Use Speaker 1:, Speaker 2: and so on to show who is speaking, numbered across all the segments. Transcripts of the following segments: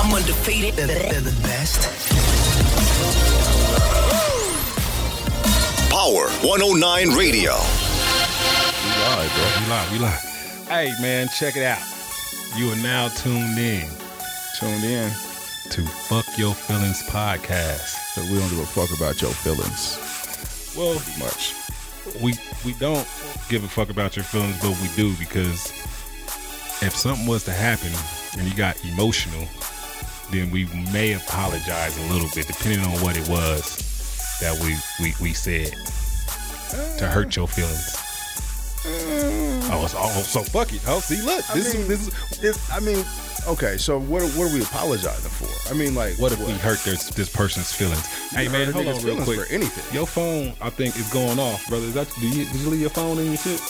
Speaker 1: I'm undefeated. They're, they're the best.
Speaker 2: Power 109 Radio.
Speaker 3: We live, bro. We live. We live. Hey, man, check it out. You are now tuned in
Speaker 4: Tuned in,
Speaker 3: to Fuck Your Feelings podcast.
Speaker 4: but we don't give a fuck about your feelings
Speaker 3: Well,
Speaker 4: much.
Speaker 3: we we don't give a fuck about your feelings, but we do because if something was to happen and you got emotional, then we may apologize a little bit, depending on what it was that we we, we said to hurt your feelings. Oh, it's, oh, so fuck it. Oh, see, look, this is this is
Speaker 4: It's, I mean, okay, so what, are- what are we apologizing for? I mean, like,
Speaker 3: What if we hurt this this person's feelings? hey
Speaker 4: hurt
Speaker 3: man,
Speaker 4: a
Speaker 3: hold
Speaker 4: nigga's
Speaker 3: on real
Speaker 4: feelings
Speaker 3: quick.
Speaker 4: for anything.
Speaker 3: Your phone, I think, is going off, brother. Is that do you, did you leave your phone in your shit?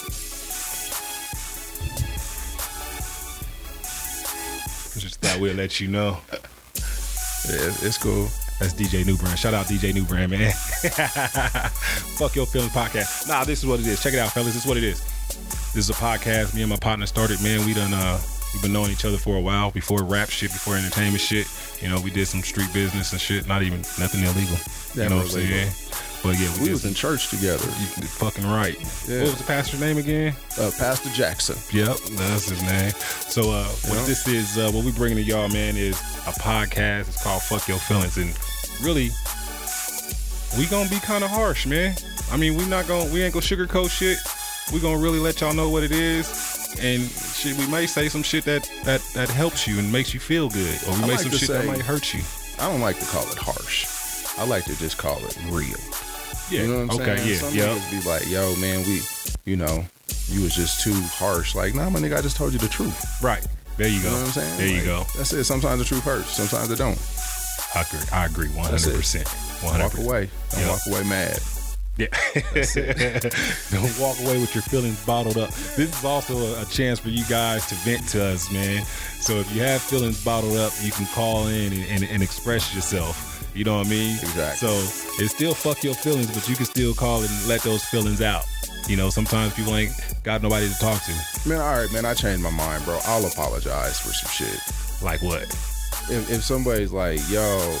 Speaker 3: Just thought we'll let you know.
Speaker 4: Yeah, it's cool.
Speaker 3: That's DJ Newbrand. Shout out DJ Newbrand, man. Fuck your feelings podcast. Nah, this is what it is. Check it out, fellas. This is what it is. This is a podcast me and my partner started. Man, we done uh we've been knowing each other for a while before rap shit, before entertainment shit. You know, we did some street business and shit. Not even nothing illegal. you
Speaker 4: Never
Speaker 3: know what I'm
Speaker 4: illegal.
Speaker 3: saying? But yeah, we,
Speaker 4: We
Speaker 3: did
Speaker 4: was
Speaker 3: some-
Speaker 4: in church together.
Speaker 3: you fucking right.
Speaker 4: Yeah.
Speaker 3: What was the pastor's name again?
Speaker 4: Uh, Pastor Jackson.
Speaker 3: Yep, that's his name. So, uh, what
Speaker 4: Yeah.
Speaker 3: this is, uh, what we bringing to y'all, man, is a podcast. It's called "Fuck Your Feelings," and really, we gonna be kind of harsh, man. I mean, we not gonna, we ain't gonna sugarcoat shit. We gonna really let y'all know what it is, and shit, we may say some shit that that that helps you and makes you feel good, or we
Speaker 4: I
Speaker 3: may
Speaker 4: like
Speaker 3: some
Speaker 4: to
Speaker 3: shit that
Speaker 4: say-
Speaker 3: might hurt you.
Speaker 4: I don't like to call it harsh. I like to just call it real.
Speaker 3: Yeah.
Speaker 4: You know what I'm
Speaker 3: okay.
Speaker 4: saying? Some
Speaker 3: Yeah. Yep.
Speaker 4: niggas be like, yo, man, we, you know, you was just too harsh. Like, nah, my nigga, I just told you the truth.
Speaker 3: Right. There you go.
Speaker 4: You know what I'm saying?
Speaker 3: There you
Speaker 4: Like,
Speaker 3: go.
Speaker 4: That's it. Sometimes the truth hurts. Sometimes it don't.
Speaker 3: I agree. I agree. One
Speaker 4: That's
Speaker 3: hundred
Speaker 4: it.
Speaker 3: percent. One hundred
Speaker 4: Walk
Speaker 3: percent.
Speaker 4: away. Don't
Speaker 3: Yeah.
Speaker 4: walk away mad.
Speaker 3: Yeah. Don't walk away with your feelings bottled up. This is also a, a chance for you guys to vent to us, man. So if you have feelings bottled up, you can call in and, and, and express yourself. You know what I mean?
Speaker 4: Exactly.
Speaker 3: So it's still fuck your feelings, but you can still call and let those feelings out. You know, sometimes people ain't got nobody to talk to.
Speaker 4: Man, all right, man, I changed my mind, bro. I'll apologize for some shit.
Speaker 3: Like what?
Speaker 4: If, if somebody's like, yo,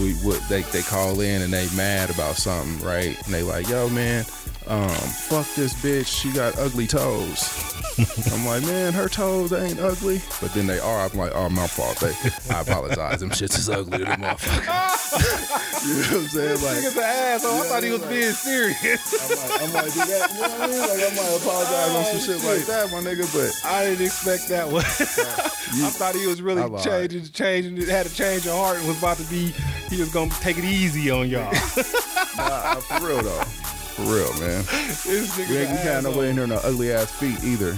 Speaker 4: we would they, they call in and they mad about something, right? And they like, yo, man, um, fuck this bitch. She got ugly toes. I'm like, man, her toes ain't ugly. But then they are. I'm like, oh, my fault. They, I apologize. Them shits is ugly to the motherfucker. you know what I'm saying? Like,
Speaker 3: an asshole. I thought he was being serial.
Speaker 4: I'm like, I'm like, do that, you know what I mean? Like, I might apologize on some shit, like that, my nigga, but
Speaker 3: I didn't expect that one. I thought he was really
Speaker 4: I lied.
Speaker 3: changing, changing, had a change of heart and was about to be, he was gonna take it easy on y'all.
Speaker 4: uh, for real though. For real, man.
Speaker 3: this nigga's
Speaker 4: We ain't we
Speaker 3: an
Speaker 4: had
Speaker 3: asshole.
Speaker 4: nobody in here no ugly ass feet either.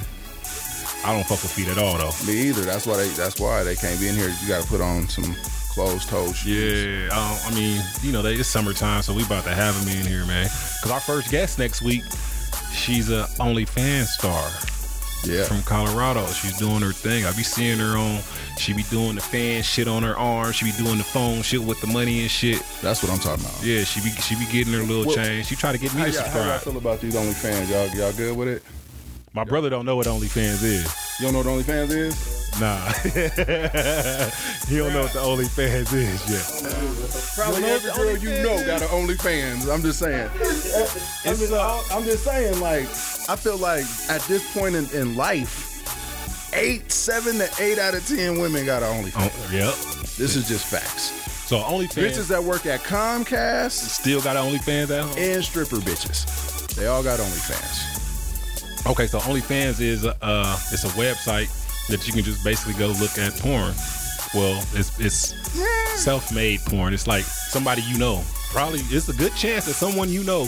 Speaker 3: I don't fuck with feet at all though.
Speaker 4: Me either. That's why they that's why they can't be in here. You gotta put on some closed toe shoes.
Speaker 3: Yeah, um, I mean, you know, they, it's summertime, so we about to have him in here, man. Cause our first guest next week, she's a OnlyFans star.
Speaker 4: Yeah.
Speaker 3: from Colorado. She's doing her thing. I be seeing her on. She be doing the fan shit on her arm. She be doing the phone shit with the money and shit.
Speaker 4: That's what I'm talking about.
Speaker 3: Yeah, she be she be getting her little
Speaker 4: Well,
Speaker 3: change. She try to get me
Speaker 4: How
Speaker 3: to
Speaker 4: y'all, how y'all
Speaker 3: subscribe.
Speaker 4: feel about these OnlyFans? Y'all y'all good with it?
Speaker 3: My brother don't know what OnlyFans is.
Speaker 4: You don't know what OnlyFans is?
Speaker 3: Nah, he don't know what the OnlyFans is yet.
Speaker 4: Probably
Speaker 3: know
Speaker 4: every
Speaker 3: what
Speaker 4: girl
Speaker 3: the
Speaker 4: you
Speaker 3: OnlyFans
Speaker 4: know
Speaker 3: is?
Speaker 4: got an OnlyFans. I'm just saying. I'm just, I'm just saying, like, I feel like at this point in, in life, eight, seven to eight out of ten women got an OnlyFans.
Speaker 3: Oh, yep.
Speaker 4: This is just facts.
Speaker 3: So OnlyFans
Speaker 4: Bitches that work at Comcast
Speaker 3: still got OnlyFans at home.
Speaker 4: and stripper bitches, they all got OnlyFans.
Speaker 3: Okay, so OnlyFans is a uh, it's a website that you can just basically go look at porn. Well, it's it's self-made porn. It's like somebody you know. Probably it's a good chance that someone you know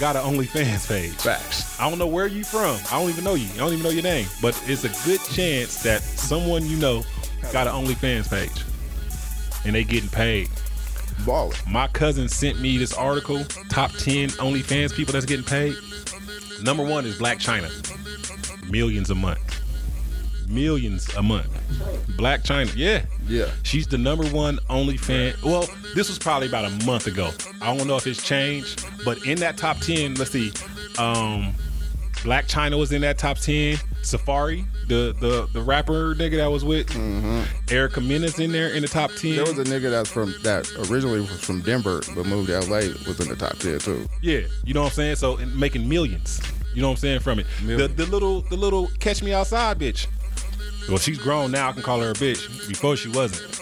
Speaker 3: got an OnlyFans page.
Speaker 4: Facts.
Speaker 3: I don't know where you from. I don't even know you. I don't even know your name. But it's a good chance that someone you know got an OnlyFans page, and they getting paid.
Speaker 4: Balling.
Speaker 3: My cousin sent me this article: top ten OnlyFans people that's getting paid. Number one is Black China, millions a month, millions a month. Black China, yeah,
Speaker 4: Yeah.
Speaker 3: She's the number one OnlyFans. Well, this was probably about a month ago. I don't know if it's changed, but in that top ten, let's see, um, Black China was in that top ten. Safari, the the the rapper nigga that I was with, Eric Mena's in there in the top ten.
Speaker 4: Mm-hmm. There was a nigga that's from that originally was from Denver but moved to LA was in the top ten too.
Speaker 3: Yeah, you know what I'm saying. So and making millions. You know what I'm saying from it. The,
Speaker 4: Millions.
Speaker 3: the little the little catch me outside bitch. Well, she's grown now. I can call her a bitch. Before she wasn't.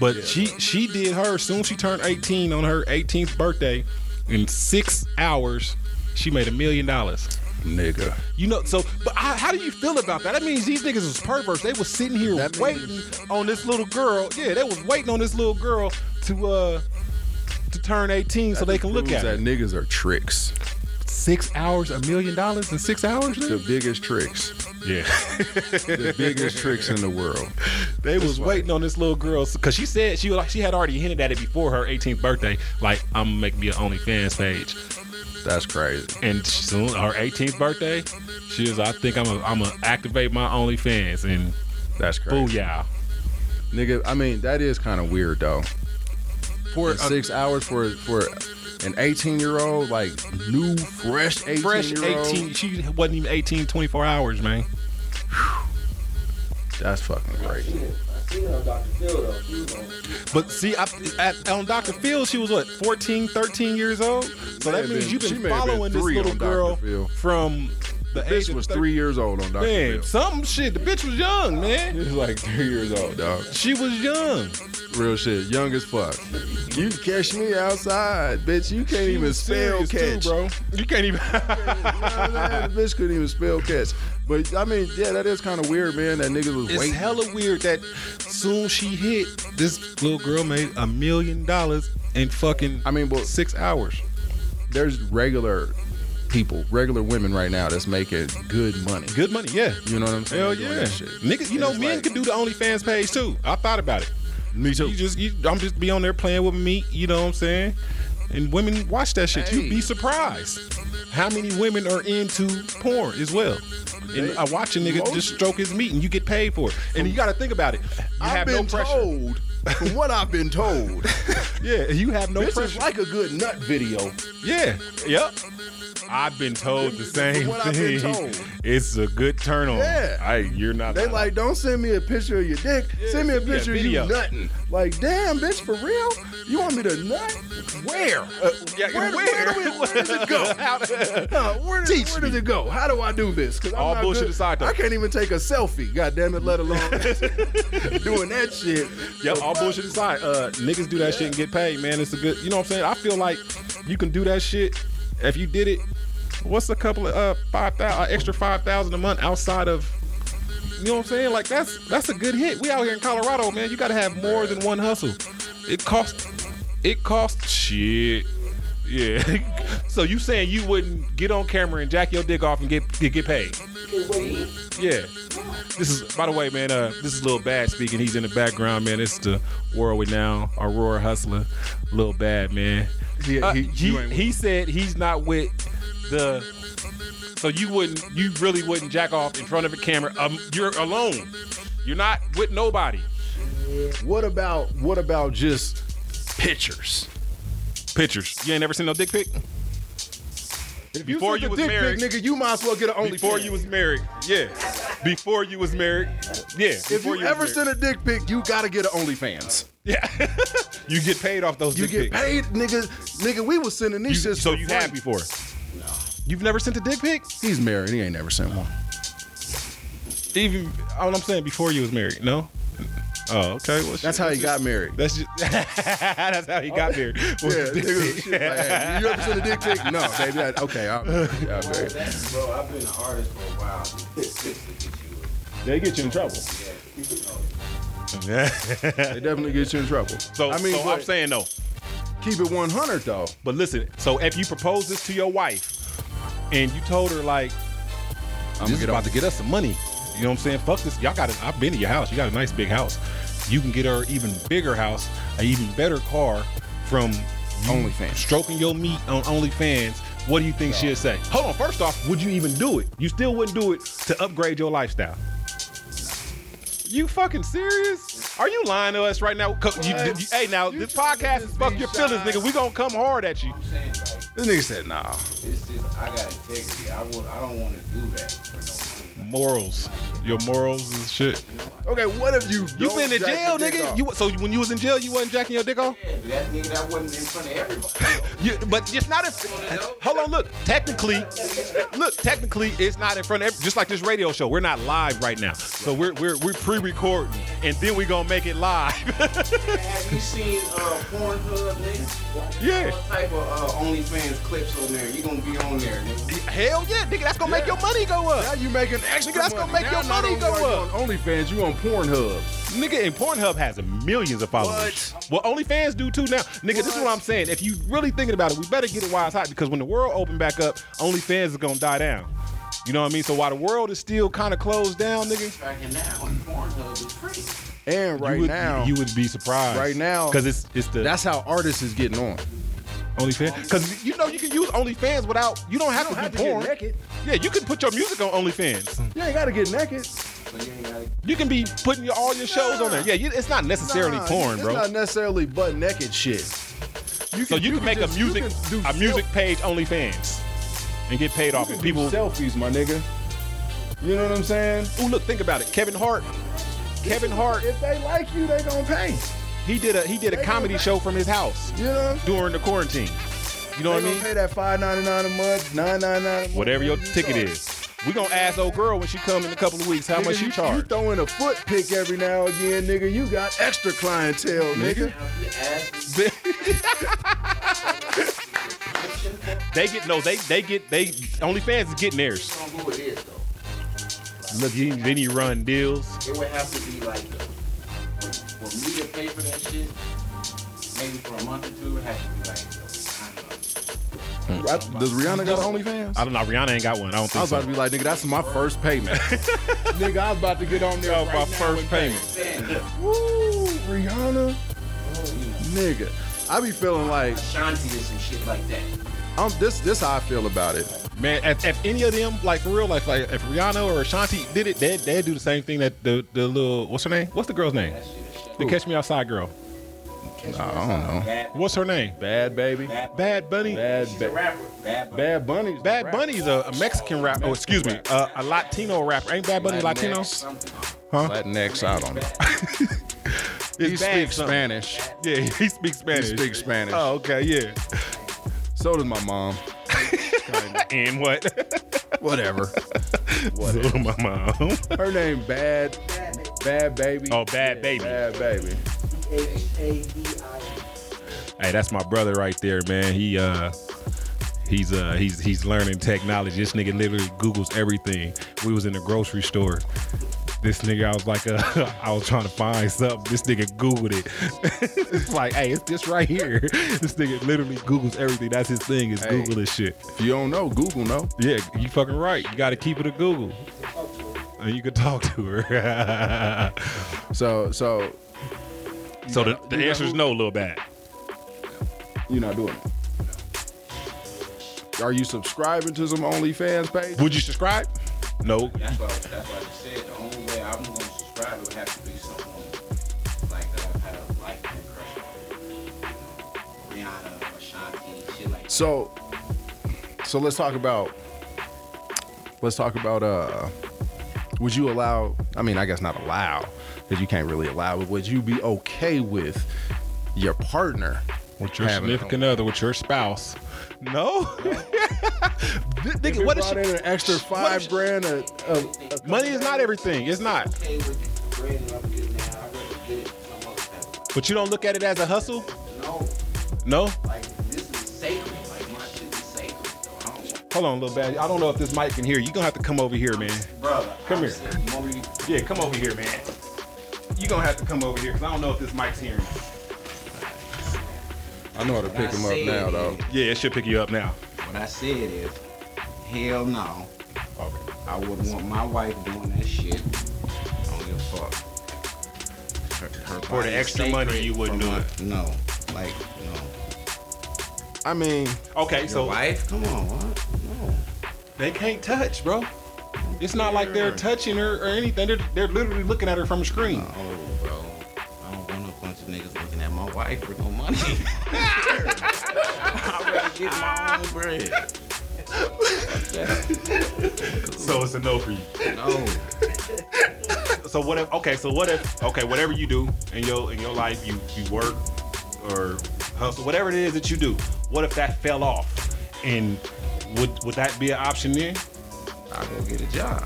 Speaker 3: But she she did her soon. She turned 18 on her 18th birthday. In six hours, she made a million dollars.
Speaker 4: Nigga.
Speaker 3: You know, so but I, how do you feel about that? That means these niggas was perverts. They was sitting here
Speaker 4: That means-
Speaker 3: waiting on this little girl. Yeah, they was waiting on this little girl to uh to turn 18 so they can look
Speaker 4: Proves
Speaker 3: at
Speaker 4: that
Speaker 3: it.
Speaker 4: niggas are tricks.
Speaker 3: Six hours, a million dollars in six hours.
Speaker 4: The
Speaker 3: nigga?
Speaker 4: biggest tricks.
Speaker 3: Yeah,
Speaker 4: The biggest tricks in the world.
Speaker 3: they was
Speaker 4: like-
Speaker 3: waiting on this little girl because she said she was like she had already hinted at it before her 18th birthday. Like I'm gonna make me an OnlyFans page,
Speaker 4: That's crazy.
Speaker 3: and soon her 18th birthday, she was I think I'm gonna I'm gonna activate my OnlyFans and
Speaker 4: That's crazy.
Speaker 3: booyah.
Speaker 4: Nigga, I mean, that is kind of weird though.
Speaker 3: For
Speaker 4: And six hours for for an 18 year old, like new, fresh 18
Speaker 3: fresh
Speaker 4: year old.
Speaker 3: 18 she wasn't even 18 24 hours man
Speaker 4: That's fucking
Speaker 2: She
Speaker 4: crazy.
Speaker 2: was- I seen her on Dr. Phil though. She was on.
Speaker 3: but see I, at, on dr phil she was what 14 13 years old so
Speaker 4: May
Speaker 3: that
Speaker 4: have
Speaker 3: means
Speaker 4: been-
Speaker 3: you've
Speaker 4: she
Speaker 3: been
Speaker 4: may have been
Speaker 3: following this
Speaker 4: three
Speaker 3: little
Speaker 4: on Dr.
Speaker 3: girl
Speaker 4: Phil.
Speaker 3: from the age
Speaker 4: Bitch
Speaker 3: of
Speaker 4: was
Speaker 3: thir-
Speaker 4: three years old on Dr.
Speaker 3: man
Speaker 4: Phil.
Speaker 3: some shit the bitch was young man
Speaker 4: She was like three years old, dog.
Speaker 3: she was young
Speaker 4: Real shit, young as fuck. You catch me outside, bitch. You can't
Speaker 3: She
Speaker 4: even
Speaker 3: was
Speaker 4: spell
Speaker 3: serious,
Speaker 4: catch.
Speaker 3: too, bro you can't even
Speaker 4: You know what I'm saying? The bitch couldn't even spell catch. But I mean, yeah, that is kind of weird, man. That niggas was
Speaker 3: It's
Speaker 4: waiting.
Speaker 3: hella weird that soon she hit this little girl made a million dollars in fucking
Speaker 4: I mean, well,
Speaker 3: six hours
Speaker 4: there's regular people, regular women right now that's making good money.
Speaker 3: good money yeah
Speaker 4: You know what I'm saying?
Speaker 3: Hell
Speaker 4: Doing
Speaker 3: yeah,
Speaker 4: that shit.
Speaker 3: niggas. You know,
Speaker 4: It's
Speaker 3: men
Speaker 4: like-
Speaker 3: could do the OnlyFans page too. I thought about it.
Speaker 4: Me too.
Speaker 3: You just, you, I'm just be on there playing with meat. You know what I'm saying? And women watch that shit. You'd
Speaker 4: Hey.
Speaker 3: be surprised how many women are into porn as well. And
Speaker 4: They-
Speaker 3: I watch a nigga
Speaker 4: most-
Speaker 3: just stroke his meat, and you get paid for it. And you got to think about it. You
Speaker 4: I've
Speaker 3: have
Speaker 4: been
Speaker 3: no pressure.
Speaker 4: told. From what I've been told,
Speaker 3: Yeah, you have no
Speaker 4: this is
Speaker 3: pressure.
Speaker 4: like a good nut video.
Speaker 3: yeah, yep. I've been told the same
Speaker 4: what I've
Speaker 3: thing.
Speaker 4: been told.
Speaker 3: It's a good turn on.
Speaker 4: Yeah.
Speaker 3: I, you're not.
Speaker 4: They like, don't send me a picture of your dick.
Speaker 3: Yeah,
Speaker 4: send me a
Speaker 3: send me a
Speaker 4: picture of you
Speaker 3: video.
Speaker 4: nutting. Like, damn, bitch, for real? You want me to nut? Where?
Speaker 3: Uh, yeah,
Speaker 4: where, where do we- where does it go? Huh, where, does,
Speaker 3: Teach
Speaker 4: where does it go? How do I do this? 'Cause I'm
Speaker 3: All
Speaker 4: not
Speaker 3: bullshit
Speaker 4: good-
Speaker 3: aside, though.
Speaker 4: I can't even take a selfie. God damn it, let alone doing that shit.
Speaker 3: Yeah,
Speaker 4: So
Speaker 3: all
Speaker 4: fuck-
Speaker 3: bullshit aside, uh, niggas do that shit and get paid, man. It's a good, you know what I'm saying? I feel like you can do that shit if you did it. What's a couple of uh five thousand, uh, extra five thousand a month outside of, you know what I'm saying? Like that's that's a good hit. We out here in Colorado, man. You got to have more than one hustle. It costs, it costs shit. Yeah. so you saying you wouldn't get on camera and jack your dick off and get get, get paid?
Speaker 2: Can wait.
Speaker 3: Yeah. This is, by the way, man. Uh, this is Lil Bad speaking. He's in the background, man. It's the world we now, Aurora Hustler, Lil Bad, man.
Speaker 4: He-
Speaker 3: Uh,
Speaker 4: he-
Speaker 3: he,
Speaker 4: you ain't with-
Speaker 3: he said he's not with the. So you wouldn't, you really wouldn't jack off in front of a camera. Um, you're alone. You're not with nobody.
Speaker 4: What about what about just pictures?
Speaker 3: Pictures. You ain't never seen no dick pic
Speaker 4: If
Speaker 3: Before
Speaker 4: sent
Speaker 3: you
Speaker 4: a
Speaker 3: was
Speaker 4: dick pic,
Speaker 3: married-
Speaker 4: nigga, you might as well get an only
Speaker 3: before you was married. Yeah. Before you was married. Yeah.
Speaker 4: If
Speaker 3: before
Speaker 4: you,
Speaker 3: was
Speaker 4: ever
Speaker 3: married.
Speaker 4: sent a dick pic, you gotta get an OnlyFans.
Speaker 3: yeah, you get paid off those.
Speaker 4: You
Speaker 3: dick
Speaker 4: get
Speaker 3: pics.
Speaker 4: paid, nigga. Nigga, we was sending
Speaker 3: You-
Speaker 4: these shits.
Speaker 3: so
Speaker 4: for
Speaker 3: you
Speaker 4: free.
Speaker 3: had before? No. You've never sent a dick pic?
Speaker 4: He's married. He ain't never sent one.
Speaker 3: Even all I'm saying before you was married. No. Oh, okay. Well,
Speaker 4: That's
Speaker 3: shit.
Speaker 4: how he got married.
Speaker 3: That's just that's how he got married.
Speaker 4: Yeah,
Speaker 3: Was a dick
Speaker 4: nigga,
Speaker 3: pic.
Speaker 4: shit, like, hey, you ever sent a dick pic? No, baby. I, okay, I'm, yeah, I'm married.
Speaker 2: That's, bro, I've been an artist for a while. Six
Speaker 3: They get you in trouble. Yeah.
Speaker 4: They definitely get you in trouble.
Speaker 3: So
Speaker 4: I mean,
Speaker 3: so I'm
Speaker 4: but
Speaker 3: saying no.
Speaker 4: keep it 100 though.
Speaker 3: But listen, so if you propose this to your wife and you told her like I'm
Speaker 4: get
Speaker 3: about
Speaker 4: on-
Speaker 3: to get us some money. You know what I'm saying? Fuck this. Y'all got it. I've been to your house. You got a nice big house. You can get her an even bigger house, an even better car from you
Speaker 4: OnlyFans.
Speaker 3: Stroking your meat on OnlyFans. What do you think she'll say? Hold on. First off, would you even do it? You still wouldn't do it to upgrade your lifestyle. You fucking serious? Are you lying to us right now? Co- you- you- hey, now this podcast is fuck your feelings, nigga. We gonna come hard at you.
Speaker 4: This nigga said, nah.
Speaker 2: It's just I got integrity. I want. I don't want to do that for no reason.
Speaker 3: Morals. Your morals and shit.
Speaker 4: Okay, what if you
Speaker 3: You
Speaker 4: don't
Speaker 3: been in
Speaker 4: jack
Speaker 3: jail,
Speaker 4: your dick
Speaker 3: nigga.
Speaker 4: off?
Speaker 3: You so when you was in jail, you wasn't jacking your dick off.
Speaker 2: Yeah, but that nigga that wasn't in front of everybody.
Speaker 3: You, but it's not. If, hold on, look. Technically, look. Technically, it's not in front of. every- Just like this radio show, we're not live right now. So we're we're we're pre-recording, and then we gonna make it live.
Speaker 2: Have you seen uh, Pornhub, nigga?
Speaker 3: Yeah.
Speaker 2: What type of uh, OnlyFans clips on there? You gonna be on there, nigga?
Speaker 3: Hell yeah, nigga. That's gonna make your money go up.
Speaker 4: Now you making extra
Speaker 3: Nigga, that's gonna
Speaker 4: money.
Speaker 3: make
Speaker 4: Now
Speaker 3: your money
Speaker 4: not only
Speaker 3: go
Speaker 4: are you
Speaker 3: up.
Speaker 4: On OnlyFans, you on Pornhub.
Speaker 3: Nigga, and Pornhub has millions of followers. Well, OnlyFans do too now. Nigga, this is what I'm saying. If you really thinking about it, we better get it while it's hot because when the world open back up, OnlyFans is gonna die down. You know what I mean? So while the world is still kind of closed down, nigga,
Speaker 2: Back in now, and Pornhub is free.
Speaker 4: And right
Speaker 3: you would,
Speaker 4: now,
Speaker 3: you would be surprised.
Speaker 4: Right now-
Speaker 3: because it's it's the
Speaker 4: that's how artists is getting on.
Speaker 3: OnlyFans. Because you know you can use OnlyFans without you don't have to do porn. Yeah, you can put your music on OnlyFans.
Speaker 4: You ain't gotta get naked.
Speaker 2: So you ain't gotta.
Speaker 3: You can be putting your, all your shows on there. Yeah, you, it's not necessarily
Speaker 4: Nah,
Speaker 3: porn,
Speaker 4: it's
Speaker 3: bro.
Speaker 4: not necessarily butt naked shit. You
Speaker 3: So you can make
Speaker 4: just-
Speaker 3: a
Speaker 4: you
Speaker 3: music
Speaker 4: can do
Speaker 3: a music page OnlyFans and get paid off.
Speaker 4: self-
Speaker 3: And
Speaker 4: you
Speaker 3: people,
Speaker 4: can do selfies, my nigga. You know what I'm saying?
Speaker 3: ooh, look, think about it. Kevin Hart, Kevin Hart,
Speaker 4: If they like you, they gonna pay.
Speaker 3: he did a he did a
Speaker 4: They
Speaker 3: comedy
Speaker 4: gonna-
Speaker 3: show from his house
Speaker 4: You know what I'm saying?
Speaker 3: during the quarantine. You know what
Speaker 4: They
Speaker 3: I
Speaker 4: gonna
Speaker 3: mean?
Speaker 4: pay that five ninety nine a month, nine ninety nine. a month.
Speaker 3: Whatever your
Speaker 4: you
Speaker 3: ticket
Speaker 4: charge.
Speaker 3: is, we gonna ask old girl when she come in a couple of weeks how
Speaker 4: Nigga,
Speaker 3: much she
Speaker 4: you, You
Speaker 3: charge.
Speaker 4: throwing a foot pick every now and again, nigga. You got extra clientele, nigga.
Speaker 2: Now, if you ask me,
Speaker 3: They get no, they they get they OnlyFans is getting theirs.
Speaker 2: on who it is though.
Speaker 3: Look, he- then you run deals.
Speaker 2: It would have to be like the, for, for me to pay for that shit, maybe for a month or two, it has to be like the, I don't know.
Speaker 4: I- does Rihanna got OnlyFans?
Speaker 3: I don't know. Rihanna ain't got one. I don't
Speaker 4: I
Speaker 3: think
Speaker 4: was about
Speaker 3: so.
Speaker 4: to be like, nigga, that's my first payment. nigga, I was about to get on there.
Speaker 3: That was
Speaker 4: right
Speaker 3: my
Speaker 4: now
Speaker 3: first
Speaker 4: and pay.
Speaker 3: payment.
Speaker 2: Saying, you
Speaker 4: Woo, Rihanna,
Speaker 2: know,
Speaker 4: nigga. I be feeling like
Speaker 2: Ashanti or some shit like that.
Speaker 4: I'm this. This how I feel about it.
Speaker 3: Man, if, if any of them, like for real, like like if Rihanna or Ashanti did it, they'd, they'd do the same thing that the the little what's her name? What's the girl's name?
Speaker 2: That shit is shit.
Speaker 3: The Catch Me Outside girl.
Speaker 4: Nah, I don't know.
Speaker 2: Bad,
Speaker 3: What's her name?
Speaker 4: Bad baby,
Speaker 2: bad,
Speaker 3: Bad Bunny.
Speaker 4: bad
Speaker 2: She's a
Speaker 4: ba-
Speaker 2: rapper. Bad, Bunny.
Speaker 4: bad bunny,
Speaker 3: Bad Bunny's a, a Mexican rapper. Oh, excuse me, uh, a Latino rapper. Ain't Bad Bunny Latino?
Speaker 4: Latinx.
Speaker 3: Huh?
Speaker 4: Latinx, I don't know.
Speaker 3: It's
Speaker 4: He
Speaker 3: bad
Speaker 4: speaks
Speaker 3: something.
Speaker 4: Spanish.
Speaker 3: Yeah, he speaks Spanish.
Speaker 4: speaks Spanish.
Speaker 3: Oh, okay, yeah.
Speaker 4: So does my mom.
Speaker 3: And what?
Speaker 4: Whatever.
Speaker 3: Whatever. my mom.
Speaker 4: Her name bad, bad baby.
Speaker 3: Oh, Bad Baby.
Speaker 4: Bad baby.
Speaker 3: Hey, that's my brother right there, man. He uh he's uh he's he's learning technology. This nigga literally Googles everything. We was in the grocery store. This nigga, I was like, uh, I was trying to find something. This nigga Googled it. it's like, hey, it's this right here. This nigga literally Googles everything. That's his thing, is
Speaker 4: Hey.
Speaker 3: Google this shit.
Speaker 4: If you don't know, Google know.
Speaker 3: Yeah, you fucking right. You gotta keep it a Google. And you can talk to her.
Speaker 4: So, so
Speaker 3: so the, the
Speaker 4: You got
Speaker 3: answer is
Speaker 4: who?
Speaker 3: no, little bad.
Speaker 4: you're not doing it. Are you subscribing to some OnlyFans page?
Speaker 3: Would you subscribe? No.
Speaker 2: That's what, I, that's what I just said. The only way I'm going to subscribe would have to be someone like that I've had a lifetime crush on. You know, Rihanna, Ashanti, shit like that.
Speaker 4: So, so let's talk about. Let's talk about. Uh, would you allow? I mean, I guess not allow, because you can't really allow. But would you be okay with your partner?
Speaker 3: With your
Speaker 4: having-
Speaker 3: significant other, with your spouse. No. Nigga, what is
Speaker 4: brought in
Speaker 3: she?
Speaker 4: an extra
Speaker 3: what if
Speaker 4: five
Speaker 3: she-
Speaker 4: grand? A, a, a-
Speaker 3: Money is not everything. It's not.
Speaker 2: Okay with the bread that I'm getting now, I'd rather get it from other people.
Speaker 3: But you don't look at it as a hustle?
Speaker 2: No,
Speaker 3: No?
Speaker 2: like, this is sacred. Like, my shit is sacred. though. I don't want-
Speaker 3: Hold on, little bad. I don't know if this mic can hear. you. you gonna have to come over here, man.
Speaker 2: Brother,
Speaker 3: Come
Speaker 2: I'm
Speaker 3: here.
Speaker 2: saying, the moment you-
Speaker 3: Yeah, come over here, man. you gonna have to come over here because I don't know if this mic's hearing.
Speaker 4: I know how to pick him up now, though.
Speaker 3: Yeah, it should pick you up now.
Speaker 2: What I said is, hell no. I wouldn't want my wife doing that shit. I don't give a fuck.
Speaker 3: For the extra money, you wouldn't do it.
Speaker 2: No, like no.
Speaker 4: I mean,
Speaker 3: Okay,
Speaker 2: So
Speaker 3: so
Speaker 2: wife, come on, what? No.
Speaker 3: they can't touch, bro. It's not like they're touching her or anything. They're, they're literally looking at her from a screen.
Speaker 2: Oh, bro. I don't want a bunch of niggas looking at my wife for no money. I'd rather get my own bread.
Speaker 3: So it's a no for you.
Speaker 2: No,
Speaker 3: So what if? Okay, so what if? Okay, whatever you do in your in your life, you you work or hustle, whatever it is that you do. What if that fell off? And would would that be an option then?
Speaker 2: I go get a job.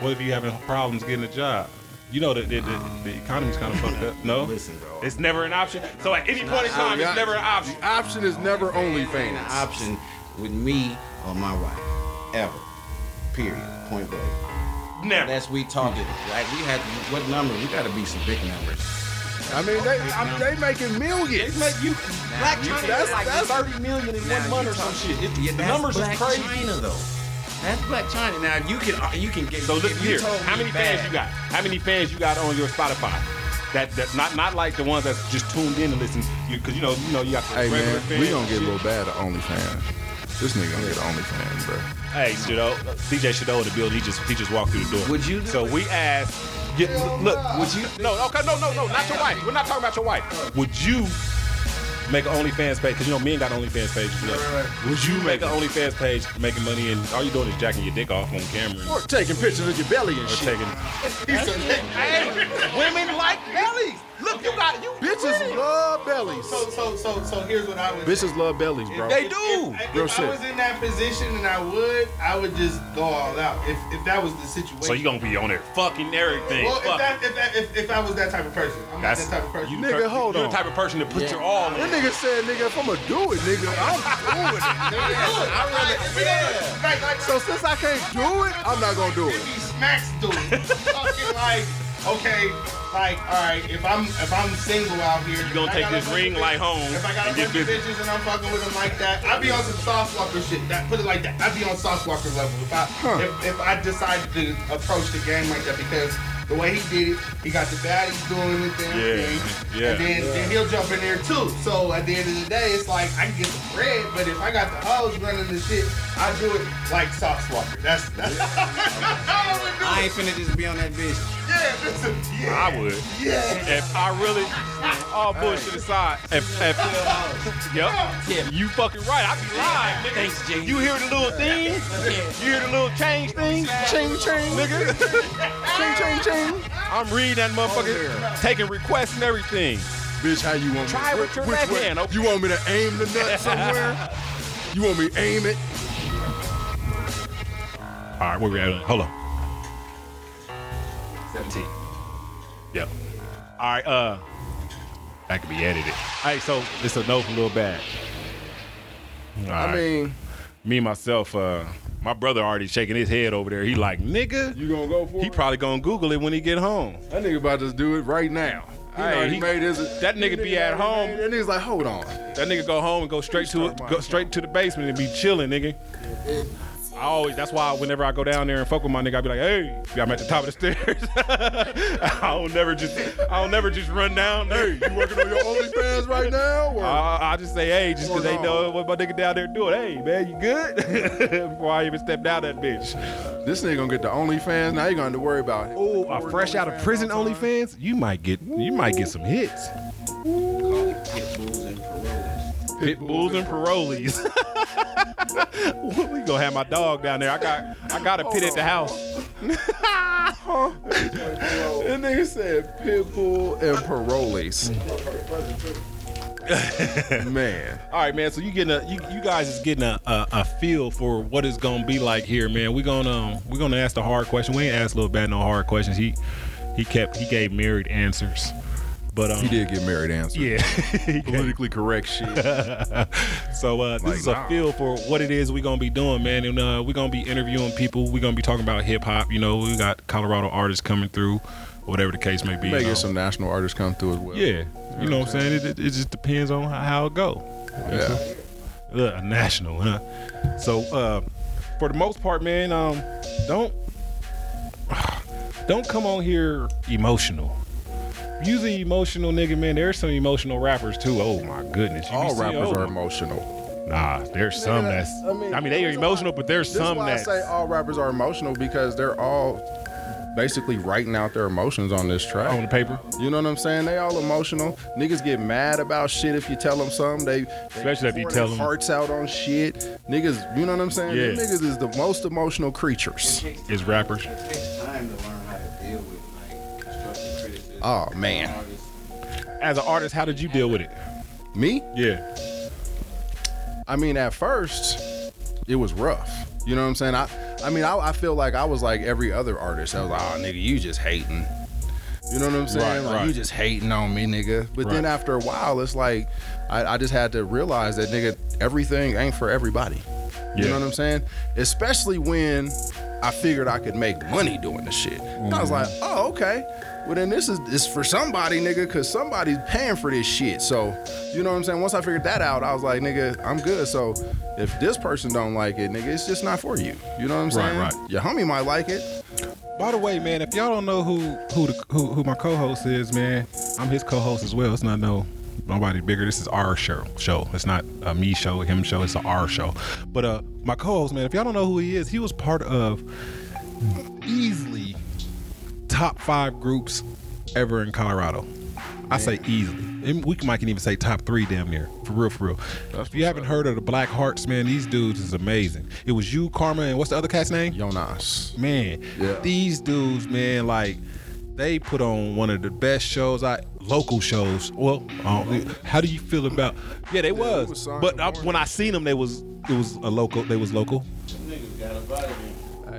Speaker 3: What if you having problems getting a job? You know that the, the, the economy's kind of fucked up. No,
Speaker 2: Um, Listen, bro.
Speaker 3: it's never an option. So at any point in time, it's never an option.
Speaker 4: The option is never
Speaker 2: Ain't an
Speaker 4: OnlyFans.
Speaker 2: option with me or my wife, ever. Period. Point blank.
Speaker 3: Never.
Speaker 2: That's we talking. Like we had what number? We got to be some big numbers.
Speaker 4: I mean, they I'm, they making millions.
Speaker 3: They make you Black
Speaker 2: you-
Speaker 3: China
Speaker 2: that's-
Speaker 3: is like
Speaker 2: that's-
Speaker 3: thirty million in
Speaker 2: Now
Speaker 3: one month
Speaker 2: you
Speaker 3: or some
Speaker 2: talking-
Speaker 3: shit. It-
Speaker 2: Yeah,
Speaker 3: the
Speaker 2: that's
Speaker 3: numbers
Speaker 2: Black
Speaker 3: is crazy.
Speaker 2: China though. That's Black China. Now you can uh, you can get.
Speaker 3: So look
Speaker 2: if you
Speaker 3: here.
Speaker 2: told
Speaker 3: How
Speaker 2: me
Speaker 3: many
Speaker 2: bad-
Speaker 3: fans you got? How many fans you got on your Spotify? That that not not like the ones that's just tuned in to listen. You because you know you know you got the
Speaker 4: Hey
Speaker 3: regular
Speaker 4: man,
Speaker 3: fans.
Speaker 4: we gonna get a little bad at OnlyFans. This nigga gonna get OnlyFans, bro.
Speaker 3: Hey, Shado, DJ Shado, the bill. He just he just walked through the door.
Speaker 2: Would you do
Speaker 3: So we asked. Get, look, would you? No, okay, no, no, no, not your wife. We're not talking about your wife. Would you make an OnlyFans page? Because you know men got OnlyFans pages. You know. Would you make an OnlyFans page making money and all you doing is jacking your dick off on camera? and-
Speaker 4: Or taking pictures of your belly and
Speaker 3: Or
Speaker 4: shit.
Speaker 3: taking. Hey, women like bellies. Look, you got you.
Speaker 4: Bitches love bellies.
Speaker 5: So, so, so, so here's what I would.
Speaker 4: Bitches love bellies, bro.
Speaker 3: They do.
Speaker 5: If,
Speaker 4: Real
Speaker 5: if
Speaker 4: shit.
Speaker 5: I was in that position and I would, I would just go all out. If, if that was the situation.
Speaker 3: So you gonna be on there fucking everything.
Speaker 5: Well,
Speaker 3: Fuck.
Speaker 5: if that, if that, if, if I was that type of person, I'm
Speaker 3: That's-
Speaker 5: not that type of person.
Speaker 3: you
Speaker 4: Nigga,
Speaker 3: per-
Speaker 4: hold
Speaker 3: you're
Speaker 4: on.
Speaker 3: the type of person to put your all in.
Speaker 4: That nigga said, nigga, if I'ma do it, nigga, I'm doing it.
Speaker 5: yeah. Like, like,
Speaker 4: So since I can't do it, I'm not gonna do it.
Speaker 5: He smacks dude. Fucking like, okay, like, all right, if I'm if I'm single out here,
Speaker 3: You gonna
Speaker 5: if I
Speaker 3: take
Speaker 5: got a
Speaker 3: this
Speaker 5: bunch of
Speaker 3: ring
Speaker 5: bitches-
Speaker 3: light home
Speaker 5: If I got a
Speaker 3: and get
Speaker 5: bunch of
Speaker 3: busy.
Speaker 5: bitches and I'm fucking with them like that, I'd be on some sauce walker shit. That put it like that. I'd be on sauce walker level if I if, if I decided to approach the game like that because. The way he did it, he got the baddies doing it, then,
Speaker 3: Yeah,
Speaker 5: and
Speaker 3: yeah.
Speaker 5: then, then he'll jump in there too. So at the end of the day, it's like I can get some bread, but if I got the hoes running the shit, I do it like Sauce Walker. That's that's how I would do it.
Speaker 2: I ain't finna just be on that bitch.
Speaker 5: Yeah, listen. Yeah.
Speaker 3: I would.
Speaker 5: Yeah.
Speaker 3: If I really, all bullshit aside, if, if yep, you fucking right. I be lying, nigga.
Speaker 2: Thanks, G.
Speaker 3: You hear the little thing? You hear the little change thing? Ching, ching, nigga. ching, ching, ching. I'm reading that
Speaker 5: Oh,
Speaker 3: motherfucker, taking requests and everything.
Speaker 4: Bitch, how you want me?
Speaker 3: Try
Speaker 4: to-
Speaker 3: with your
Speaker 4: which
Speaker 3: left
Speaker 4: way-
Speaker 3: hand, okay?
Speaker 4: You want me to aim the nut somewhere? you want me to aim it?
Speaker 3: All right, where we at? Hold on. 17. Yep. All right, uh, that could be edited. All right, so it's a no from Lil Bad. All
Speaker 4: I
Speaker 3: right.
Speaker 4: mean,
Speaker 3: me myself, uh, my brother already shaking his head over there. He like, nigga,
Speaker 4: you gonna go for
Speaker 3: he
Speaker 4: it?
Speaker 3: probably gonna Google it when he get home.
Speaker 4: that nigga about to do it right now. He
Speaker 3: Hey,
Speaker 4: already
Speaker 3: he-
Speaker 4: made his.
Speaker 3: that nigga be at home.
Speaker 4: That nigga's like, hold on.
Speaker 3: That nigga go home and go straight to go straight to the basement and be chilling, nigga. I always that's why whenever I go down there and fuck with my nigga, I be like, hey, I'm at the top of the stairs. I don't never just I don't never just run down. Hey, you working
Speaker 4: Working on your OnlyFans right now? Or?
Speaker 3: I, I just say hey, just 'cause they
Speaker 4: Hold
Speaker 3: know what my nigga down there doing. Hey, man, you good? Before I even step down that bitch.
Speaker 4: this nigga gonna get the OnlyFans. Now you gonna have to worry about it.
Speaker 3: Oh, a fresh out of prison OnlyFans? You might get you might get some hits.
Speaker 2: Call it pit bulls and paroles.
Speaker 3: Pit bulls and parolees. we gonna have my dog down there. I got I got a pit at the house.
Speaker 4: That nigga said Pitbull and parolees. Man,
Speaker 3: All right, man. So you getting a you, you guys is getting a, a a feel for what it's gonna be like here, man. We gonna um, we gonna ask the hard question. We ain't asked Lil Bad no hard questions. He he kept he gave married answers, but um
Speaker 4: he did get married. Answer.
Speaker 3: yeah. He gave-
Speaker 4: Politically correct shit.
Speaker 3: So uh, this
Speaker 4: Like,
Speaker 3: is a
Speaker 4: nah.
Speaker 3: feel for what it is we're gonna be doing, man. And uh, we're gonna be interviewing people. We're gonna be talking about hip hop. You know, we got Colorado artists coming through, whatever the case may be.
Speaker 4: May
Speaker 3: you know.
Speaker 4: get some national artists come through as well.
Speaker 3: yeah, you know what I'm saying. It, it, it just depends on how, how it go.
Speaker 4: Yeah.
Speaker 3: Look, a national, huh? So uh, for the most part, man, um, don't don't come on here emotional. Usually emotional, nigga, man. There's some emotional rappers too. Oh my goodness, You be
Speaker 4: All
Speaker 3: seeing oh
Speaker 4: rappers
Speaker 3: old
Speaker 4: are
Speaker 3: ones.
Speaker 4: emotional.
Speaker 3: Nah, there's some
Speaker 4: that-
Speaker 3: that's. I
Speaker 4: I
Speaker 3: mean,
Speaker 4: mean,
Speaker 3: they are emotional, but there's
Speaker 4: This is
Speaker 3: some
Speaker 4: why I
Speaker 3: that's.
Speaker 4: say all rappers are emotional because they're all basically writing out their emotions on this track.
Speaker 3: on the paper,
Speaker 4: You know what I'm saying? They all emotional. Niggas get mad about shit if you tell them something. They, they
Speaker 3: Especially if you
Speaker 4: pour
Speaker 3: tell
Speaker 4: their
Speaker 3: 'em.
Speaker 4: hearts out on shit. Niggas, you know what I'm saying? Them
Speaker 3: Yeah.
Speaker 4: Niggas is the most emotional creatures.
Speaker 3: is rappers.
Speaker 2: It takes time to learn how to deal with like constructive criticism.
Speaker 4: Oh man,
Speaker 2: Artists,
Speaker 3: As an artist, how did you deal with it?
Speaker 4: me?
Speaker 3: Yeah,
Speaker 4: I mean, at first, it was rough. You know what I'm saying? I, I mean, I, I feel like I was like every other artist. I was like, oh, nigga, you just hating. You know what I'm saying?
Speaker 3: Right,
Speaker 4: like,
Speaker 3: right.
Speaker 4: you just hating on me, nigga. But then
Speaker 3: Right.
Speaker 4: after a while, it's like, I, I just had to realize that, nigga, everything ain't for everybody.
Speaker 3: Yeah.
Speaker 4: You know what I'm saying? Especially when I figured I could make money doing the shit. And I was like,
Speaker 3: Mm-hmm.
Speaker 4: oh, okay. Well, then this is it's for somebody, nigga, because somebody's paying for this shit. So, you know what I'm saying? Once I figured that out, I was like, nigga, I'm good. So, if this person don't like it, nigga, it's just not for you. You know what I'm
Speaker 3: Right,
Speaker 4: saying?
Speaker 3: right.
Speaker 4: Your homie might like it.
Speaker 3: By the way, man, if y'all don't know who who the, who, who my co-host is, man, I'm his co-host as well. It's not no nobody bigger. This is our show. Show. It's not a me show, him show. It's a our show. But uh, my co-host, man, if y'all don't know who he is, he was part of easily top five groups ever in Colorado. I say easily. And we might can even say top three damn near. For real, for real. if you haven't heard of the Black Hearts, man, these dudes is amazing. It was you, Karma, and what's the other cat's name?
Speaker 4: Jonas.
Speaker 3: man,
Speaker 4: Yeah.
Speaker 3: these dudes, man, like they put on one of the best shows, I local shows. Well, I don't- how do you feel about? Yeah, they was,
Speaker 4: was signed
Speaker 3: but
Speaker 4: to
Speaker 3: I,
Speaker 4: Warner.
Speaker 3: when I seen them, they was it was a local. They was local.
Speaker 2: some niggas got a body.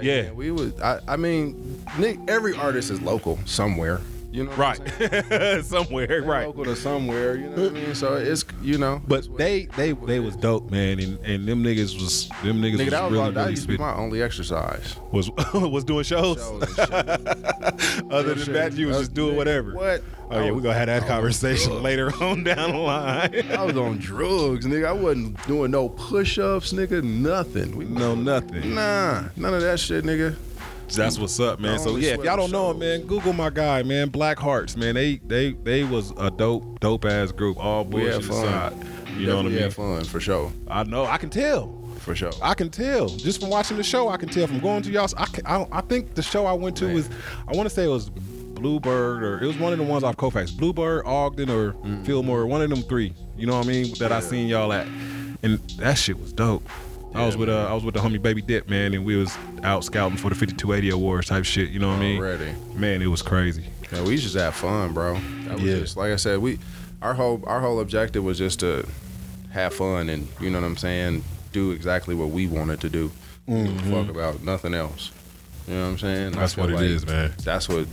Speaker 3: Yeah.
Speaker 4: man, we would. I, I mean, Nick, every artist is local somewhere. You know, what I'm
Speaker 3: Right,
Speaker 4: saying?
Speaker 3: somewhere,
Speaker 4: They're
Speaker 3: right.
Speaker 4: Local to somewhere. You know what I mean? So it's you know.
Speaker 3: But they, they, they was dope, man, and, and them niggas was them niggas
Speaker 4: Nigga, that
Speaker 3: was
Speaker 4: was
Speaker 3: really,
Speaker 4: about, that
Speaker 3: really
Speaker 4: used to be
Speaker 3: spit,
Speaker 4: my only exercise.
Speaker 3: was was doing shows.
Speaker 4: Shows and shit.
Speaker 3: Other than
Speaker 4: shit.
Speaker 3: that, you was
Speaker 4: That's-
Speaker 3: just doing whatever.
Speaker 4: What?
Speaker 3: Oh yeah, we gonna have that conversation later on down the line.
Speaker 4: I was on drugs, nigga. I wasn't doing no push-ups, nigga. Nothing. We,
Speaker 3: no, nothing.
Speaker 4: nah, none of that shit, nigga.
Speaker 3: That's what's up, man.
Speaker 4: I
Speaker 3: So
Speaker 4: only
Speaker 3: yeah, if
Speaker 4: sweat
Speaker 3: y'all
Speaker 4: on
Speaker 3: don't know him,
Speaker 4: shows.
Speaker 3: man, Google my guy, man. Black Hearts, man. They they they was a dope dope ass group. All
Speaker 4: We had
Speaker 3: bullshit
Speaker 4: fun.
Speaker 3: aside, you know what I
Speaker 4: Definitely
Speaker 3: mean.
Speaker 4: had fun for sure,
Speaker 3: I know. I can tell.
Speaker 4: for sure.
Speaker 3: I can tell just from watching the show. I can tell from going to y'all's. I can, I, I think the show I went to
Speaker 4: Man.
Speaker 3: was, I want to say it was Bluebird or it was one of the ones off Kofax, Bluebird, Ogden, or Fillmore, one of them three. You know what I mean? That I seen y'all at, and that shit was dope. I was with uh, I was with the homie Baby Dip man, and we was out scouting for the 5280 awards type shit. You know what I mean?
Speaker 4: Already.
Speaker 3: Man, it was crazy.
Speaker 4: Man, we just had fun, bro. That was
Speaker 3: Yeah.
Speaker 4: just like I said, we our whole our whole objective was just to have fun and you know what I'm saying, do exactly what we wanted to do. Give a Fuck about nothing else. You know what I'm saying?
Speaker 3: Mm-hmm.
Speaker 4: I
Speaker 3: That's
Speaker 4: feel
Speaker 3: what it is, man.
Speaker 4: That's what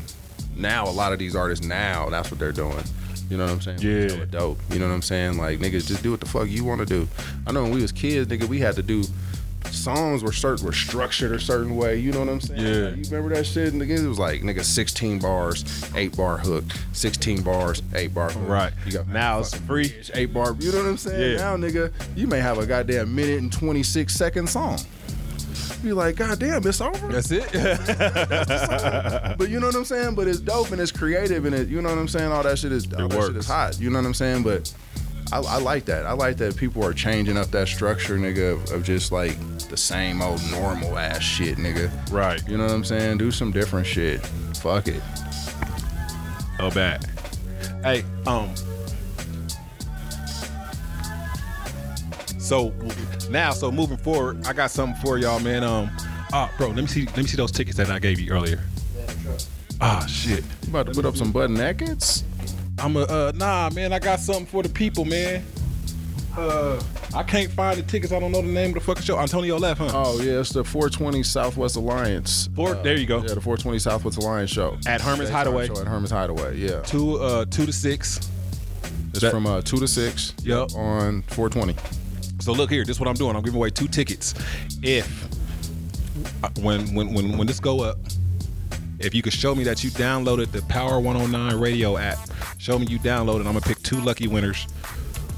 Speaker 4: now a lot of these artists now that's what they're doing. You know what I'm saying?
Speaker 3: Yeah.
Speaker 4: Which is hella dope. You know what I'm saying? Like niggas, just do what the fuck you want to do. I know when we was kids, nigga, we had to do songs were certain were structured a certain way. You know what I'm saying?
Speaker 3: Yeah.
Speaker 4: You remember that shit? And again, it was like nigga, 16 bars, eight bar hook, 16 bars, eight bar hook.
Speaker 3: Right.
Speaker 4: You got
Speaker 3: now it's free.
Speaker 4: eight bar. You know what I'm saying?
Speaker 3: Yeah.
Speaker 4: Now, nigga, you may have a goddamn minute and 26 second song. You like, goddamn, it's over.
Speaker 3: That's it.
Speaker 4: But you know what I'm saying? But it's dope and it's creative and it, you know what I'm saying? All that shit is, all that shit
Speaker 3: works.
Speaker 4: is hot. You know what I'm saying? But I, I like that. I like that people are changing up that structure, nigga, of, of just like the same old normal ass shit, nigga.
Speaker 3: right.
Speaker 4: You know what I'm saying? Do some different shit. Fuck it.
Speaker 3: Oh, bad. Hey, um. So now, so moving forward, I got something for y'all, man. Um, ah, bro, let me see, let me see those tickets that I gave you earlier. Ah, shit.
Speaker 4: You about to put up some butt nakeds?
Speaker 3: I'm a uh, nah, man. I got something for the people, man. Uh, I can't find the tickets. I don't know the name of the fucking show. Antonio left, huh?
Speaker 4: Oh yeah, it's the 420 Southwest Alliance.
Speaker 3: Four. there you go.
Speaker 4: Yeah, the 420 Southwest Alliance show.
Speaker 3: At Herman's
Speaker 4: Daytime
Speaker 3: Hideaway.
Speaker 4: Show at Herman's Hideaway, yeah.
Speaker 3: Two, uh, two to six.
Speaker 4: It's
Speaker 3: That-
Speaker 4: from uh, 2 to 6
Speaker 3: Yup.
Speaker 4: on 420.
Speaker 3: So look here, this is what I'm doing. I'm giving away two tickets. If uh, when when when when this go up, if you could show me that you downloaded the Power 109 radio app, show me you downloaded. I'm gonna pick two lucky winners,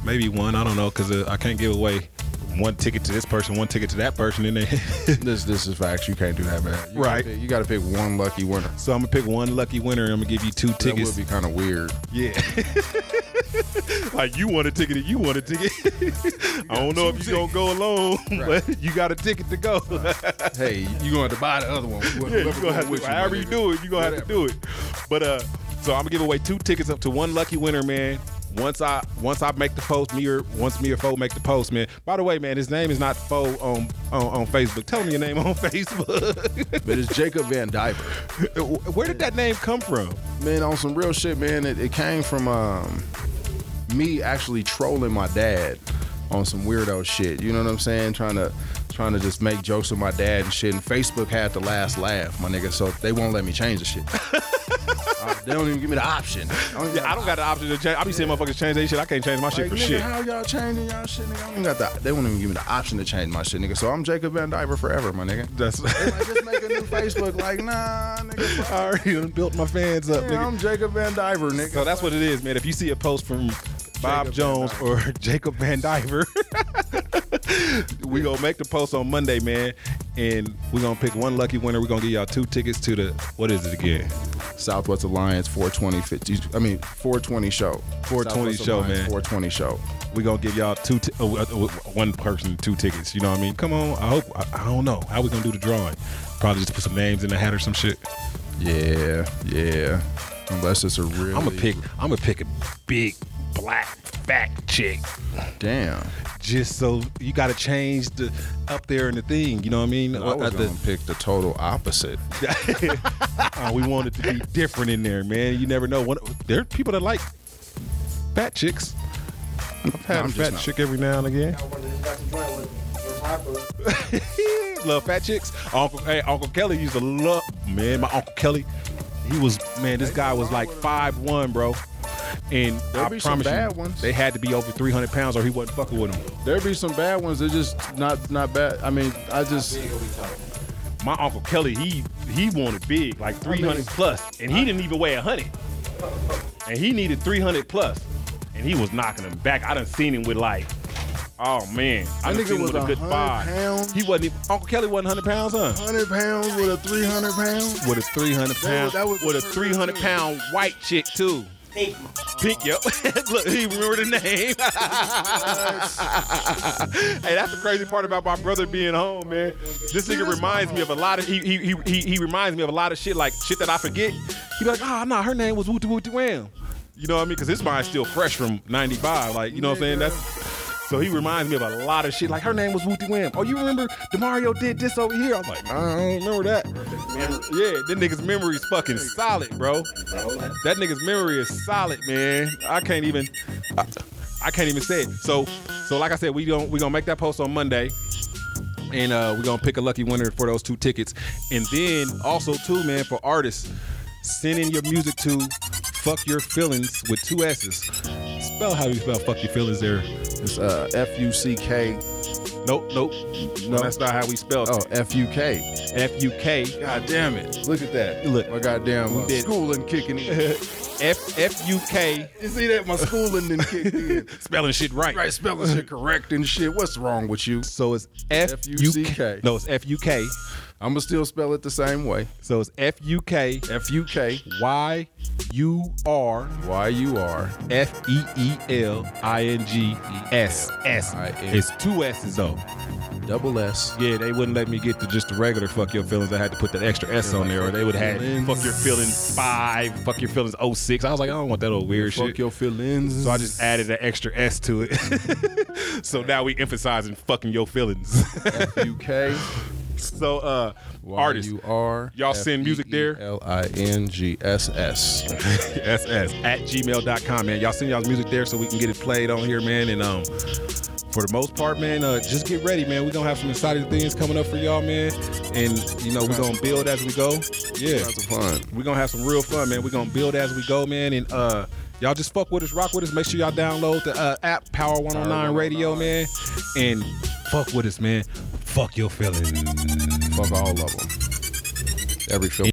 Speaker 3: maybe one. I don't know because uh, I can't give away one ticket to this person, one ticket to that person, and then.
Speaker 4: This this is facts. You can't do that, man. You
Speaker 3: Right.
Speaker 4: Gotta pick, you got to pick one lucky winner.
Speaker 3: so I'm gonna pick one lucky winner. and I'm gonna give you two
Speaker 4: That would
Speaker 3: tickets.
Speaker 4: be kind of weird.
Speaker 3: Yeah. like you want a ticket and you want a ticket. I don't know if you're gonna go alone, but you got a ticket to go.
Speaker 4: hey, you gonna have to buy the other one. We
Speaker 3: yeah,
Speaker 4: wouldn't-
Speaker 3: you
Speaker 4: wouldn't
Speaker 3: gonna have
Speaker 4: wish
Speaker 3: to, however you
Speaker 4: nigga.
Speaker 3: do it, you're gonna have to do it. But uh so I'm gonna give away two tickets up to one lucky winner, man. Once I once I make the post, me or once me or Foe make the post, man. By the way, man, his name is not Foe on, on on Facebook. Tell me your name on Facebook.
Speaker 4: But it's Jacob Van Dyver.
Speaker 3: Where did that name come from?
Speaker 4: Man, on some real shit, man. It, it came from um, me actually trolling my dad on some weirdo shit. You know what I'm saying? Trying to trying to just make jokes with my dad and shit. And Facebook had the last laugh, my nigga. So they won't let me change the shit. Uh, they don't even give me the option. I don't,
Speaker 3: Yeah, I don't got the option to change. I be seeing motherfuckers change their shit. I can't change my shit
Speaker 4: like,
Speaker 3: for
Speaker 4: nigga,
Speaker 3: shit.
Speaker 4: How y'all changing y'all shit, nigga? I don't even got the, they won't even give me the option to change my shit, nigga. So I'm Jacob Van Dyver forever, my nigga.
Speaker 3: That's
Speaker 4: Like, just make a new Facebook. Like, nah, nigga. fuck.
Speaker 3: I already done built my fans up,
Speaker 4: Yeah,
Speaker 3: nigga.
Speaker 4: I'm Jacob Van Dyver, nigga.
Speaker 3: So that's what it is, man. If you see a post from Bob Jones or Jacob Van Diver, we gonna make the post on Monday, man, and we gonna pick one lucky winner. we gonna give y'all two tickets to the what is it again?
Speaker 4: Southwest Alliance 420 50, I mean 420 show.
Speaker 3: 420
Speaker 4: Southwest
Speaker 3: show,
Speaker 4: Alliance
Speaker 3: man.
Speaker 4: 420 show.
Speaker 3: we gonna give y'all two ti- uh, uh, uh, one person two tickets. You know what I mean? Come on, I hope I, I don't know how we gonna do the drawing. Probably just put some names in the hat or some shit.
Speaker 4: Yeah, yeah. Unless it's a real.
Speaker 3: I'm gonna pick. I'm gonna pick a big black fat chick.
Speaker 4: Damn.
Speaker 3: Just so you gotta change the up there in the thing. You know what I mean?
Speaker 4: I was
Speaker 3: Uh, the-
Speaker 4: gonna pick the total opposite.
Speaker 3: Uh, we want it to be different in there, man. You never know. One, there are people that like fat chicks. I've had
Speaker 4: No,
Speaker 3: a
Speaker 4: I'm just
Speaker 3: fat
Speaker 4: not.
Speaker 3: chick every now and again.
Speaker 6: I wanted to got to join with with Hopper.
Speaker 3: love fat chicks. Uncle, hey, Uncle Kelly used to love, man. My Uncle Kelly, he was, man. This guy was like five one, bro. And
Speaker 4: There'll
Speaker 3: I
Speaker 4: be some
Speaker 3: promise
Speaker 4: bad
Speaker 3: you,
Speaker 4: ones.
Speaker 3: they had to be over three hundred pounds, or he wasn't fucking with them.
Speaker 4: There'd be some bad ones. They're just not not bad. I mean, I just
Speaker 3: My Uncle Kelly, he he wanted big,
Speaker 4: Oh,
Speaker 3: like three hundred plus, and he didn't even weigh hundred, and he needed three hundred plus, and he was knocking them back. I done seen him with like, oh man, I done
Speaker 4: That nigga
Speaker 3: seen him
Speaker 4: was
Speaker 3: with a good
Speaker 4: 100
Speaker 3: five.
Speaker 4: pounds?
Speaker 3: He wasn't even, Uncle Kelly wasn't hundred pounds, huh?
Speaker 4: 100 pounds with a 300 pounds.
Speaker 3: with a 300 pound,
Speaker 4: that was-
Speaker 3: with a 300 pound white chick too.
Speaker 6: Pink.
Speaker 3: Pink, yep. Look, he remember the name. hey, that's the crazy part about my brother being home, man. This nigga reminds me of a lot of he he he, he, he reminds me of a lot of shit like shit that I forget. He be like, ah, nah, her name was Wooty Wooty Wham. You know what I mean? Because his mind's still fresh from '95. Like, you know what I'm saying? That's so he reminds me of a lot of shit. Like her name was Wooty Wham. Oh, you remember Demario did this over here? I'm like, I don't remember that. Yeah, that nigga's memory is fucking solid, bro. That nigga's memory is solid, man. I can't even, I, I can't even say it. So, so like I said, we don't we gonna make that post on Monday, and uh, we gonna pick a lucky winner for those two tickets, and then also too, man, for artists, send in your music to fuck your feelings with two s's. Spell how you spell fuck your feelings there.
Speaker 4: It's uh F U C K.
Speaker 3: Nope, nope.
Speaker 4: No.
Speaker 3: That's not how we spell
Speaker 4: Oh, F U K.
Speaker 3: F U K.
Speaker 4: God damn it. Look at that.
Speaker 3: Look.
Speaker 4: My goddamn
Speaker 3: We
Speaker 4: uh,
Speaker 3: did it.
Speaker 4: schooling kicking in.
Speaker 3: F F U K.
Speaker 4: you see that? My schooling didn't kick in.
Speaker 3: Spelling shit right.
Speaker 4: Right, spelling shit correct and shit. What's wrong with you?
Speaker 3: So it's F U K.
Speaker 4: F-U-C-K.
Speaker 3: No, it's F U K.
Speaker 4: I'ma still spell it the same way.
Speaker 3: So it's F U K
Speaker 4: F U K
Speaker 3: Y U R
Speaker 4: Y U R.
Speaker 3: F E E L I N G E, S S.
Speaker 4: I N.
Speaker 3: It's two S's though.
Speaker 4: Double S.
Speaker 3: Yeah, they wouldn't let me get to just the regular fuck your feelings. I had to put that extra S on there, or they would have had fuck your feelings five, fuck your feelings 06. I was like, I don't want that old weird shit.
Speaker 4: Fuck your feelings.
Speaker 3: So I just added an extra S to it. so now we emphasizing fucking your feelings.
Speaker 4: U K.
Speaker 3: so uh artists.
Speaker 4: You are.
Speaker 3: Y'all send music there?
Speaker 4: E L I N G S S.
Speaker 3: SS at gmail.com, man. Y'all send y'all's music there so we can get it played on here, man. And um for the most part, man, uh, just get ready, man. We're gonna have some exciting things coming up for y'all, man. And you know, we're gonna build as we go. Yeah.
Speaker 4: That's fun.
Speaker 3: We're gonna have some real fun, man. We're gonna build as we go, man. And uh y'all just fuck with us, rock with us. Make sure y'all download the uh, app Power 109 Radio, man. And fuck with us, man. Fuck your feelings.
Speaker 4: Fuck all of them. Every film.